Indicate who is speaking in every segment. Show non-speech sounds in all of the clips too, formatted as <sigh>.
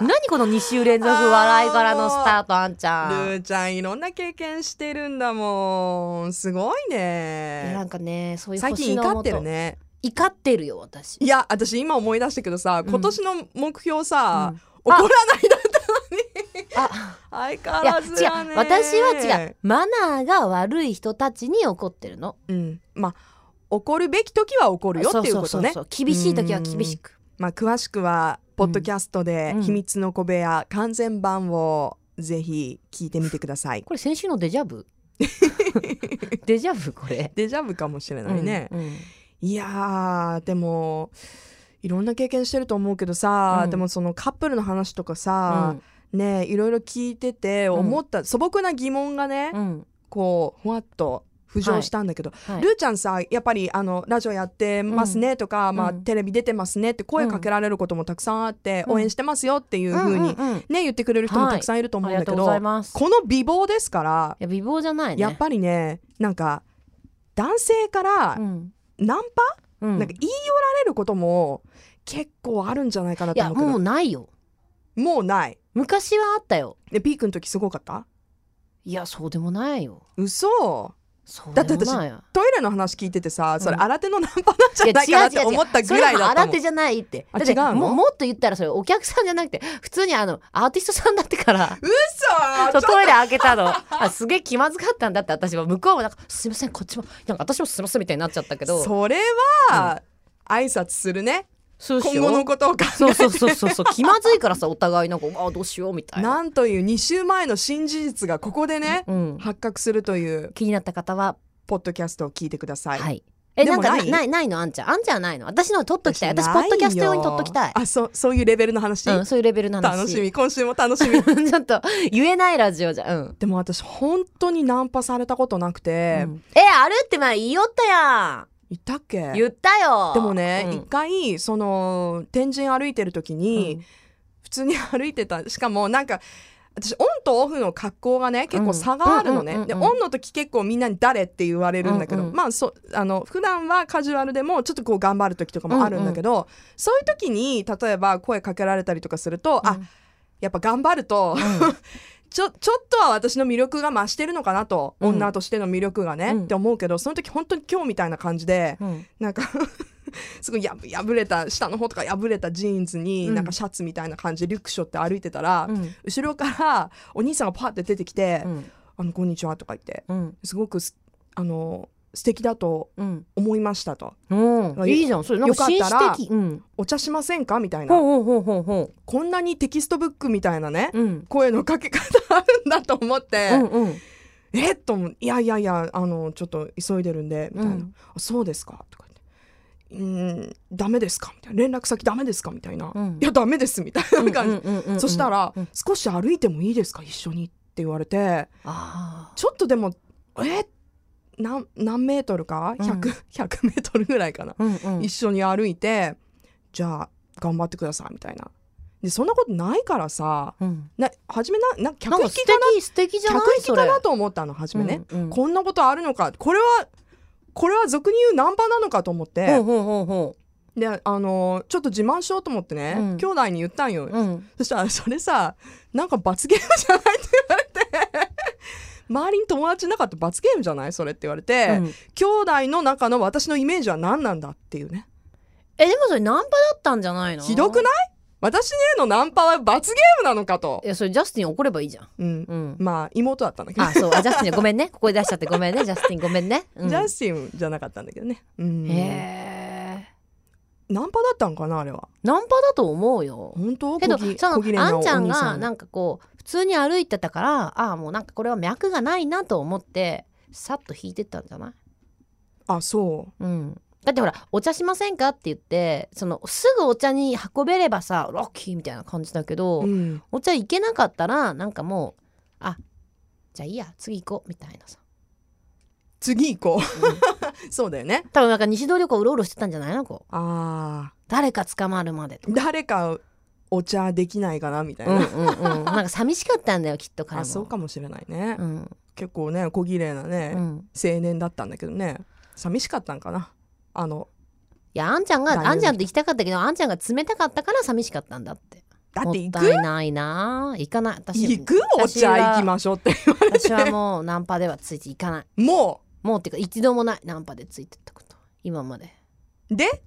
Speaker 1: 何この2週連続笑いからのスタートあんちゃ
Speaker 2: ル
Speaker 1: ん。
Speaker 2: ーちゃんいろんな経験してるんだもんすごい
Speaker 1: いやな
Speaker 2: ね
Speaker 1: んかねそういう
Speaker 2: 最
Speaker 1: 星
Speaker 2: 近
Speaker 1: の
Speaker 2: 怒
Speaker 1: も
Speaker 2: ってる
Speaker 1: と、
Speaker 2: ね
Speaker 1: 怒ってるよ私。
Speaker 2: いや私今思い出したけどさ
Speaker 1: うん
Speaker 2: 今年の目標
Speaker 1: あ
Speaker 2: さ、怒らないだ
Speaker 1: あ
Speaker 2: 相変わ
Speaker 1: いや
Speaker 2: ら
Speaker 1: 違
Speaker 2: ずだね
Speaker 1: う私は違うマナーが悪い人たちに怒ってるの。
Speaker 2: うん、まあ怒るべき時は怒るよっていう
Speaker 1: そ
Speaker 2: ことね
Speaker 1: うそうそうそう厳しい時は厳しく。
Speaker 2: まあ詳しくはポッドキャストで
Speaker 1: うん
Speaker 2: 「秘密の小部屋」完全版をぜひ聞いてみてください、
Speaker 1: これ先週のデジャ
Speaker 2: <laughs>
Speaker 1: ブデジャブこれ。
Speaker 2: デジャブかもしれないね、
Speaker 1: うんうん
Speaker 2: いやーでもいろんな経験してると思うけどさ、
Speaker 1: うん
Speaker 2: でもそのカップルの話とかさ、ねいろいろ聞いてて思った、素朴な疑問がね、
Speaker 1: うんうん
Speaker 2: こうふわっと浮上したんだけど、
Speaker 1: はい
Speaker 2: ルーちゃんさやっぱりあのラジオやってますねとか、
Speaker 1: ん
Speaker 2: まあ、
Speaker 1: うん
Speaker 2: テレビ出てますねって声かけられることもたくさんあって、
Speaker 1: うん
Speaker 2: 応援してますよっていうふうに、
Speaker 1: んんん
Speaker 2: ね、言ってくれる人もたくさんいると思
Speaker 1: あ
Speaker 2: うん
Speaker 1: りが
Speaker 2: だ
Speaker 1: と
Speaker 2: け
Speaker 1: う
Speaker 2: ど、
Speaker 1: ございます。い
Speaker 2: この美貌ですから、
Speaker 1: や美貌じゃないね。
Speaker 2: やっぱりねなんか男性から
Speaker 1: うん
Speaker 2: ナンパ、
Speaker 1: うん
Speaker 2: なんか言い寄られることも結構あるんじゃないかないと
Speaker 1: や
Speaker 2: 思うけど
Speaker 1: もうないよ。
Speaker 2: もうない
Speaker 1: 昔はあったよ。
Speaker 2: でピークの時すごかった
Speaker 1: いやそうでもないよ。
Speaker 2: 嘘
Speaker 1: そうでも
Speaker 2: だって私
Speaker 1: ないよ
Speaker 2: トイレの話聞いててさそれ
Speaker 1: うん
Speaker 2: 新手のナンパなんじゃないかなって思ったぐらいだ
Speaker 1: それは
Speaker 2: った
Speaker 1: 新
Speaker 2: もん
Speaker 1: 手じゃないって
Speaker 2: あ
Speaker 1: だって
Speaker 2: 違うの
Speaker 1: ももっと言ったらそれお客さんじゃなくて普通にあのアーティストさんだってからそ
Speaker 2: 嘘
Speaker 1: うトイレ開けたのあすげえ気まずかったんだって私は向こうもなんか「すいませんこっちもなんか私もすいません」みたいになっちゃったけど
Speaker 2: それは、挨拶するね
Speaker 1: そうしよう
Speaker 2: 今後のことを考
Speaker 1: そうそうそうそうそう気まずいからさお互いなんか「あどうしよう」みた
Speaker 2: え
Speaker 1: いな、
Speaker 2: なんという2週前の新事実がここでね、
Speaker 1: うん、
Speaker 2: 発覚するという
Speaker 1: 気になった方は
Speaker 2: ポッドキャストを聞いてくださ
Speaker 1: はい
Speaker 2: い、、
Speaker 1: え
Speaker 2: で
Speaker 1: な
Speaker 2: も
Speaker 1: んかな
Speaker 2: ない
Speaker 1: ないないのあんちゃんあんちゃんはないの私の撮っときたい私
Speaker 2: な
Speaker 1: ポ
Speaker 2: いよ
Speaker 1: ッドキャスト用に撮っときたい、
Speaker 2: あそうそういうレベルの話、
Speaker 1: うん、そういうレベルなの
Speaker 2: 楽しみ今週も楽し
Speaker 1: <laughs>
Speaker 2: み
Speaker 1: ちょっと言えないラジオじゃん、うん、
Speaker 2: でも私本当にナンパされたことなくて、
Speaker 1: うんえあるって前言いよったや
Speaker 2: いたっけ
Speaker 1: ん言ったよ
Speaker 2: でもね
Speaker 1: うん
Speaker 2: 一、回その天神歩いてる時に、
Speaker 1: うん
Speaker 2: 普通に歩いてたしかもなんか私オンとオフの格好がね結構差があるのね、
Speaker 1: うんうんうんうん
Speaker 2: でオンの時結構みんなに「誰?」って言われるんだけど、
Speaker 1: うんうん
Speaker 2: まあそあの普段はカジュアルでもちょっとこう頑張る時とかもあるんだけど、そういう時に例えば声かけられたりとかすると、あ
Speaker 1: うん
Speaker 2: やっぱ頑張ると <laughs> ちょちょっとは私の魅力が増してるのかなと、
Speaker 1: うん
Speaker 2: 女としての魅力がね、
Speaker 1: うん
Speaker 2: って思うけどその時本当に今日みたいな感じで。
Speaker 1: うん
Speaker 2: なんか <laughs> すごいや破れた下の方とか破れたジーンズに、
Speaker 1: うん
Speaker 2: なんかシャツみたいな感じでリュック背負って歩いてたら、
Speaker 1: うん
Speaker 2: 後ろからお兄さんがパッて出てきて「
Speaker 1: うん
Speaker 2: あのこんにちは」とか言って
Speaker 1: うん
Speaker 2: 「すごくすあの素敵だと
Speaker 1: うん
Speaker 2: 思いました」と
Speaker 1: うんいいじゃんそれなんか紳
Speaker 2: よかったら
Speaker 1: 士的うん
Speaker 2: 「お茶しませんか?」みたいな、
Speaker 1: ほうほうほうほうほ
Speaker 2: こんなにテキストブックみたいなね、
Speaker 1: ううん
Speaker 2: 声のかけ方あるんだと思って
Speaker 1: うんうん
Speaker 2: 「えっ?」と思う「いやいやいやあのちょっと急いでるんで」みたいな「
Speaker 1: うん
Speaker 2: あそうですか」とか言って「うーんダメですか?」みたいな「連絡先ダメですか?」みたいな「
Speaker 1: うん
Speaker 2: いやダメです」みたいな感じ、
Speaker 1: うんうんうんうん
Speaker 2: そしたら、
Speaker 1: うん
Speaker 2: 少し歩いてもいいですか一緒に」って言われて
Speaker 1: あ
Speaker 2: ちょっとでも「え何何メートルか
Speaker 1: うん
Speaker 2: 100,、100メートルぐらいかな、
Speaker 1: ーうんうん
Speaker 2: 一緒に歩いて「じゃあ頑張ってください」みたいな。でそんなことないからさ
Speaker 1: うん
Speaker 2: な初めなな
Speaker 1: な
Speaker 2: 客
Speaker 1: ん
Speaker 2: 引
Speaker 1: か素
Speaker 2: きかな
Speaker 1: 敵素敵じゃ
Speaker 2: 客
Speaker 1: ない
Speaker 2: 引き
Speaker 1: それ
Speaker 2: かなと思ったの初めね、
Speaker 1: うんうん
Speaker 2: こんなことあるのかこれはこれは俗に言うナンパなのかと思って、
Speaker 1: ほうほうほ
Speaker 2: であのちょっと自慢しようと思ってね、
Speaker 1: うん
Speaker 2: 兄弟に言ったんよ、
Speaker 1: うほううん
Speaker 2: そしたらそれさなんか罰ゲームじゃないって言われて <laughs> 周りに友達いなかった罰ゲームじゃないそれって言われて、
Speaker 1: うん
Speaker 2: 兄弟の中の私のイメージは何なんだっていうね
Speaker 1: えでもそれナンパだったんじゃないの
Speaker 2: ひどく
Speaker 1: い
Speaker 2: ない私へのナンパは罰ゲームなのかと
Speaker 1: い、やそれジャスティン怒ればいいじゃん
Speaker 2: うん、
Speaker 1: うん
Speaker 2: まあ妹だったんだけど
Speaker 1: あ、そう、あジャスティン、ごめんね、ここで出しちゃって、ごめんね、ジャスティン、ごめんね。うん
Speaker 2: ジャスティンじゃなかったんだけどね、うん、
Speaker 1: へえ。
Speaker 2: ナンパだったんかなあれは
Speaker 1: ナンパだと思うよ。
Speaker 2: 本当
Speaker 1: けど、
Speaker 2: 小木
Speaker 1: そ
Speaker 2: 小切れ
Speaker 1: の、あんちゃんが、なんんかこう、普通に歩いてたから、ああ、もうなんかこれは脈がないなと思って、さっと引いてったんじゃない
Speaker 2: あそ
Speaker 1: うん。だってほら、お茶しませんかって言って、その、すぐお茶に運べればさ、ロッキーみたいな感じだけど、
Speaker 2: う、うん、
Speaker 1: お茶行けなかったら、なんかもう、あ、じゃあいいや、次行こう、みたいなさ。
Speaker 2: 次行
Speaker 1: う
Speaker 2: こ
Speaker 1: ん
Speaker 2: う <laughs> そうだよね
Speaker 1: 多分なんか西通りをこううろうろしてたんじゃないのこう。
Speaker 2: あ
Speaker 1: 誰か捕まるまでとか
Speaker 2: ー誰かお茶できないかなみたい
Speaker 1: うん
Speaker 2: な、
Speaker 1: うんうん、なんか寂しかったんだよきっと彼も。
Speaker 2: あそうかもしれないね、
Speaker 1: うん
Speaker 2: 結構ね小綺麗なね、
Speaker 1: うん、
Speaker 2: 青年だったんだけどね寂しかったんかなあの
Speaker 1: やあんちゃんが
Speaker 2: 大丈夫
Speaker 1: あんちゃんと行きたかったけどあんちゃんが冷たかったから寂しかったんだって
Speaker 2: だって行
Speaker 1: もっ
Speaker 2: く
Speaker 1: たいないなあ行かない私
Speaker 2: 行くお
Speaker 1: 私は
Speaker 2: 茶行きましょうって言われ
Speaker 1: 私
Speaker 2: て
Speaker 1: はもうナンパではついていかない
Speaker 2: も
Speaker 1: もうっていうか一度もないナンパでついてったこと今まで
Speaker 2: うで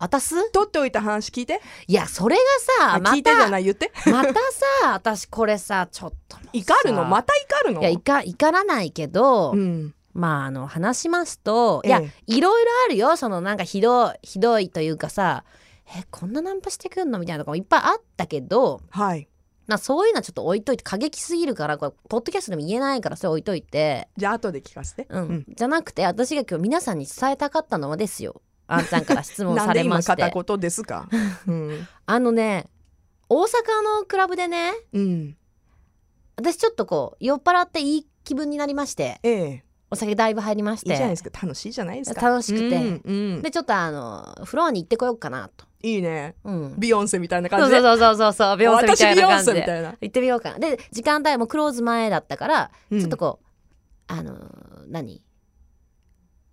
Speaker 1: あたす
Speaker 2: 取っておいた話聞いて
Speaker 1: いやそれが
Speaker 2: あ
Speaker 1: さま
Speaker 2: 聞いてじゃ
Speaker 1: た
Speaker 2: ない言って
Speaker 1: またさ私これさちょっともうさ
Speaker 2: 怒るのまた怒るの
Speaker 1: いやいか怒らないけど、
Speaker 2: うん
Speaker 1: まああの話しますと、いや
Speaker 2: え
Speaker 1: いろいろあるよそのなんかひどいひどいというかさえこんなナンパしてくんのみたいなとかもいっぱいあったけど
Speaker 2: えはい
Speaker 1: まあそういうのはちょっと置いといて過激すぎるからこれポッドキャストでも言えないからそれ置いといて、
Speaker 2: じゃあ後で聞かせて
Speaker 1: うんじゃなくて私が今日皆さんに伝えたかったのはですよあんちゃんから質問
Speaker 2: な
Speaker 1: さ
Speaker 2: んで
Speaker 1: れ
Speaker 2: 今
Speaker 1: まして
Speaker 2: 片言で
Speaker 1: <laughs>
Speaker 2: すかうん
Speaker 1: あのね大阪のクラブでね
Speaker 2: うん
Speaker 1: 私ちょっとこう酔っ払っていい気分になりまして
Speaker 2: ええ
Speaker 1: お酒だいぶ入りまし
Speaker 2: いい
Speaker 1: て
Speaker 2: じゃないですか楽しいじゃないですか
Speaker 1: 楽しくて
Speaker 2: うんうん
Speaker 1: でちょっとあのフロアに行ってこようかなと。
Speaker 2: いいね
Speaker 1: うん、
Speaker 2: ビヨンセみたいな
Speaker 1: そ
Speaker 2: 感
Speaker 1: う
Speaker 2: じで
Speaker 1: そうそうそうそうビヨンセみたいな感じ
Speaker 2: 私ビヨンセみ
Speaker 1: で
Speaker 2: たいな
Speaker 1: 行ってみようかなで時間帯もクローズ前だったから、
Speaker 2: うん
Speaker 1: ちょっとこうあのー何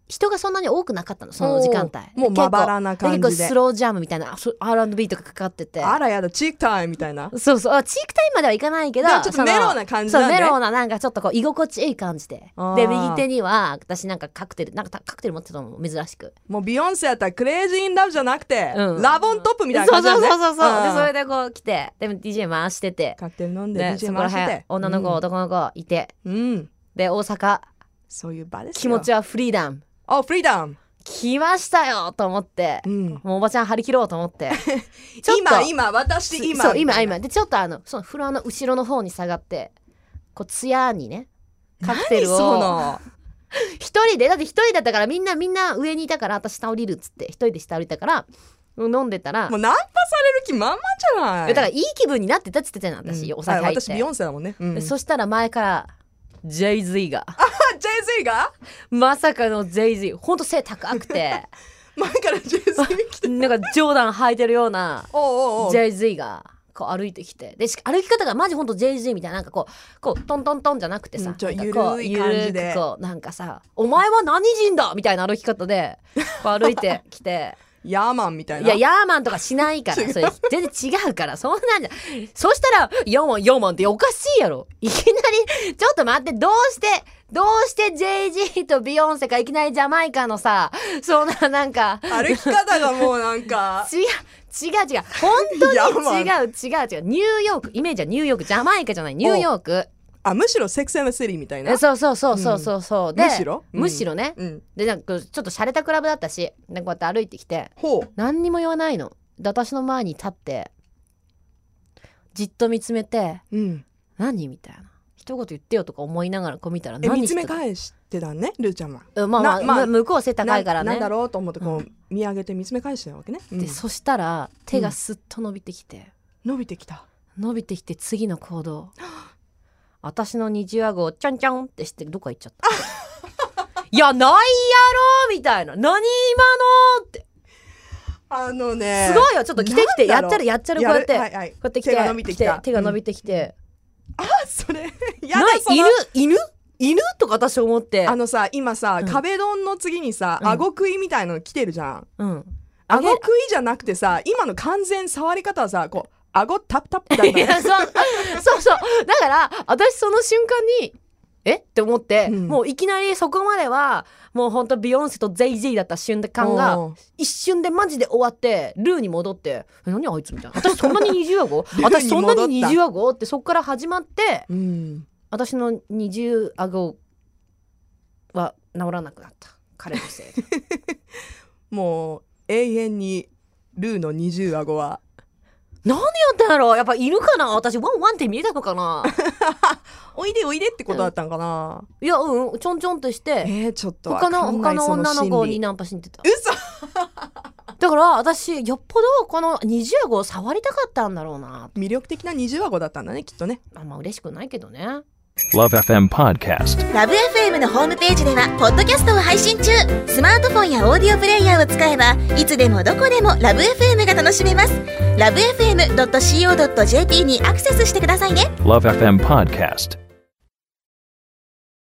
Speaker 1: 人がそんなに多くなかったのその時間帯
Speaker 2: もう
Speaker 1: で
Speaker 2: まばらな
Speaker 1: 結構
Speaker 2: 感じ
Speaker 1: 結構
Speaker 2: で
Speaker 1: スロージャムみたいなあそう R&B とかかかってて
Speaker 2: あらやだチークタイムみたいな
Speaker 1: そうそうあチークタイムまではいかないけど
Speaker 2: じゃあちょっとメロウ
Speaker 1: な
Speaker 2: な感じ
Speaker 1: そう
Speaker 2: なん
Speaker 1: メ
Speaker 2: で
Speaker 1: ロウななんかちょっとこう居心地いい感じで
Speaker 2: あー
Speaker 1: で右手には私なんかカクテルなんかたカクテル持ってたのも珍しく
Speaker 2: もうビヨンセやったらクレイジー・イン・ラブじゃなくて、
Speaker 1: うん
Speaker 2: ラボントップみたいな
Speaker 1: そう
Speaker 2: 感じ
Speaker 1: そ
Speaker 2: な
Speaker 1: うん
Speaker 2: で
Speaker 1: そうそうそうでそれ
Speaker 2: で
Speaker 1: でこう来てで DJ 回してて
Speaker 2: カクテル飲んで
Speaker 1: ね、そ
Speaker 2: DJ
Speaker 1: こら
Speaker 2: 回して
Speaker 1: 辺
Speaker 2: て
Speaker 1: 女の子、男の子いて
Speaker 2: うん、うん
Speaker 1: で大阪
Speaker 2: そういう場ですよ
Speaker 1: 気持ちはフリーダム
Speaker 2: あフリーダム、
Speaker 1: 来ましたよと思って、
Speaker 2: うん、
Speaker 1: もうおばちゃん張り切ろうと思って
Speaker 2: <laughs>
Speaker 1: ちょっと
Speaker 2: 今今私今
Speaker 1: そう今
Speaker 2: みたいな
Speaker 1: 今でちょっとあのそのフロアの後ろの方に下がってこうツヤにねカクテル
Speaker 2: 何そ
Speaker 1: を <laughs>
Speaker 2: の
Speaker 1: 一人でだって一人だったからみんなみんな上にいたから私下降りるっつって一人で下降りたから飲んでたら
Speaker 2: もうナンパされる気満々じゃない
Speaker 1: だからいい気分になってたっつってたじゃん私、
Speaker 2: うん
Speaker 1: お酒
Speaker 2: は
Speaker 1: 入
Speaker 2: い
Speaker 1: って
Speaker 2: 私ビヨンセだもんね、うん、
Speaker 1: で
Speaker 2: あジェ
Speaker 1: そしたら前からジェイ・ズイが
Speaker 2: イ・ズイが
Speaker 1: まさかのジェイ・ズイほんと背高くて。
Speaker 2: <laughs> 前からジェイ・ズ
Speaker 1: <laughs>
Speaker 2: イ来て
Speaker 1: なんかジョーダン履いてるような
Speaker 2: おうおうおう
Speaker 1: JZ がこう歩いてきてでし歩き方がマジほんと JZ みたいななんかこうこうトントントンじゃなくて
Speaker 2: う
Speaker 1: さ
Speaker 2: んちょ
Speaker 1: なんかこう
Speaker 2: ゆるい感じで
Speaker 1: ゆるくこうなんかさ「お前は何人だ!」みたいな歩き方でこう歩いてき
Speaker 2: <laughs>
Speaker 1: て
Speaker 2: ヤーマンみたい
Speaker 1: い
Speaker 2: な
Speaker 1: やヤーマンとかしないから
Speaker 2: <laughs> 違う
Speaker 1: それ全然違うからそんなんじゃそしたら「ヤーマンヤーマン」っておかしいやろいきなり「ちょっと待ってどうしてどうして JZ とビヨンセかいきなりジャマイカのさそんななんか
Speaker 2: 歩き方がもうなん
Speaker 1: <laughs>
Speaker 2: か
Speaker 1: 違う違う違う本当に
Speaker 2: ヤーマン
Speaker 1: 違う違う違うニューヨークイメージはニューヨークジャマイカじゃないニューヨーク
Speaker 2: あむしろセックス・エム・シティみたいな
Speaker 1: えそうそうそうそうそうそう、で
Speaker 2: むしろうん
Speaker 1: むしろね、
Speaker 2: うん
Speaker 1: でなんかちょっと洒落たクラブだったしなんかこうやって歩いてきて
Speaker 2: ほう
Speaker 1: 何にも言わないので私の前に立ってじっと見つめて
Speaker 2: うん
Speaker 1: 何みたいな一言言ってよとか思いながらこう見たら
Speaker 2: え
Speaker 1: 何
Speaker 2: 見つ
Speaker 1: して
Speaker 2: め
Speaker 1: た
Speaker 2: 返してたねルーちゃんは
Speaker 1: うんまあまあ、
Speaker 2: なまあ
Speaker 1: む向こう背高いから
Speaker 2: な
Speaker 1: ね
Speaker 2: なんだろうと思ってこう見上げて見つめ返してたわけね、うん
Speaker 1: でそしたら手がすっと伸びてきて、
Speaker 2: 伸びてきた
Speaker 1: 伸びてきて次の行 <gasps> 動私の虹輪号ちょんちょんってしてどっか行っちゃった <laughs> いやないやろみたいな何今のって
Speaker 2: あのね
Speaker 1: すごいよちょっと来てきて
Speaker 2: な
Speaker 1: や
Speaker 2: ん
Speaker 1: っちゃ
Speaker 2: だろ
Speaker 1: る
Speaker 2: う
Speaker 1: やっちゃるこうやって、
Speaker 2: はいはい
Speaker 1: こうやって来て
Speaker 2: 手が伸びてきた
Speaker 1: 手が伸びてきて、
Speaker 2: あそれやだ
Speaker 1: ない
Speaker 2: その
Speaker 1: 犬犬犬とか私思って
Speaker 2: あのさ今さ、
Speaker 1: うん
Speaker 2: 壁ドンの次にさ
Speaker 1: うん
Speaker 2: 顎食いみたいなの来てるじゃん
Speaker 1: うんあげ
Speaker 2: 顎食いじゃなくてさ今の完全触り方はさこう顎タップタップみ <laughs> たい
Speaker 1: いや <laughs> そ
Speaker 2: な
Speaker 1: うそうそうだから私その瞬間にえって思って、
Speaker 2: うん
Speaker 1: もういきなりそこまではもうほんとビヨンセと JZ だった瞬間が
Speaker 2: おう
Speaker 1: 一瞬でマジで終わってルーに戻って「え何あいつ」みたいな「私そんなに20話 <laughs> 後私そんなに20話後?」ってそっから始まって
Speaker 2: うん
Speaker 1: 私の20話後は治らなくなった彼のせいで <laughs>
Speaker 2: もう永遠にルーの二重顎は
Speaker 1: 何やったんやろやっぱ犬かな私ワンワンって見えたのかな
Speaker 2: おいでおいでってことだったんかな、
Speaker 1: <laughs> いやうんちょんちょんとして
Speaker 2: えー、ちょっとわ
Speaker 1: 他
Speaker 2: かんない
Speaker 1: の他の
Speaker 2: そ
Speaker 1: 女の子
Speaker 2: 心理
Speaker 1: にナンパしに行ってた
Speaker 2: 嘘
Speaker 1: <laughs> だから私よっぽどこの20話後を触りたかったんだろうな
Speaker 2: 魅力的な二重顎だったんだねきっとね
Speaker 1: あんま嬉しくないけどね
Speaker 3: Love FM Podcast.
Speaker 4: ラブ f m のホームページではポッドキャストを配信中スマートフォンやオーディオプレイヤーを使えばいつでもどこでもラブ f m が楽しめますラブ FM.co.jp にアクセスしてくださいね
Speaker 3: Love FM Podcast.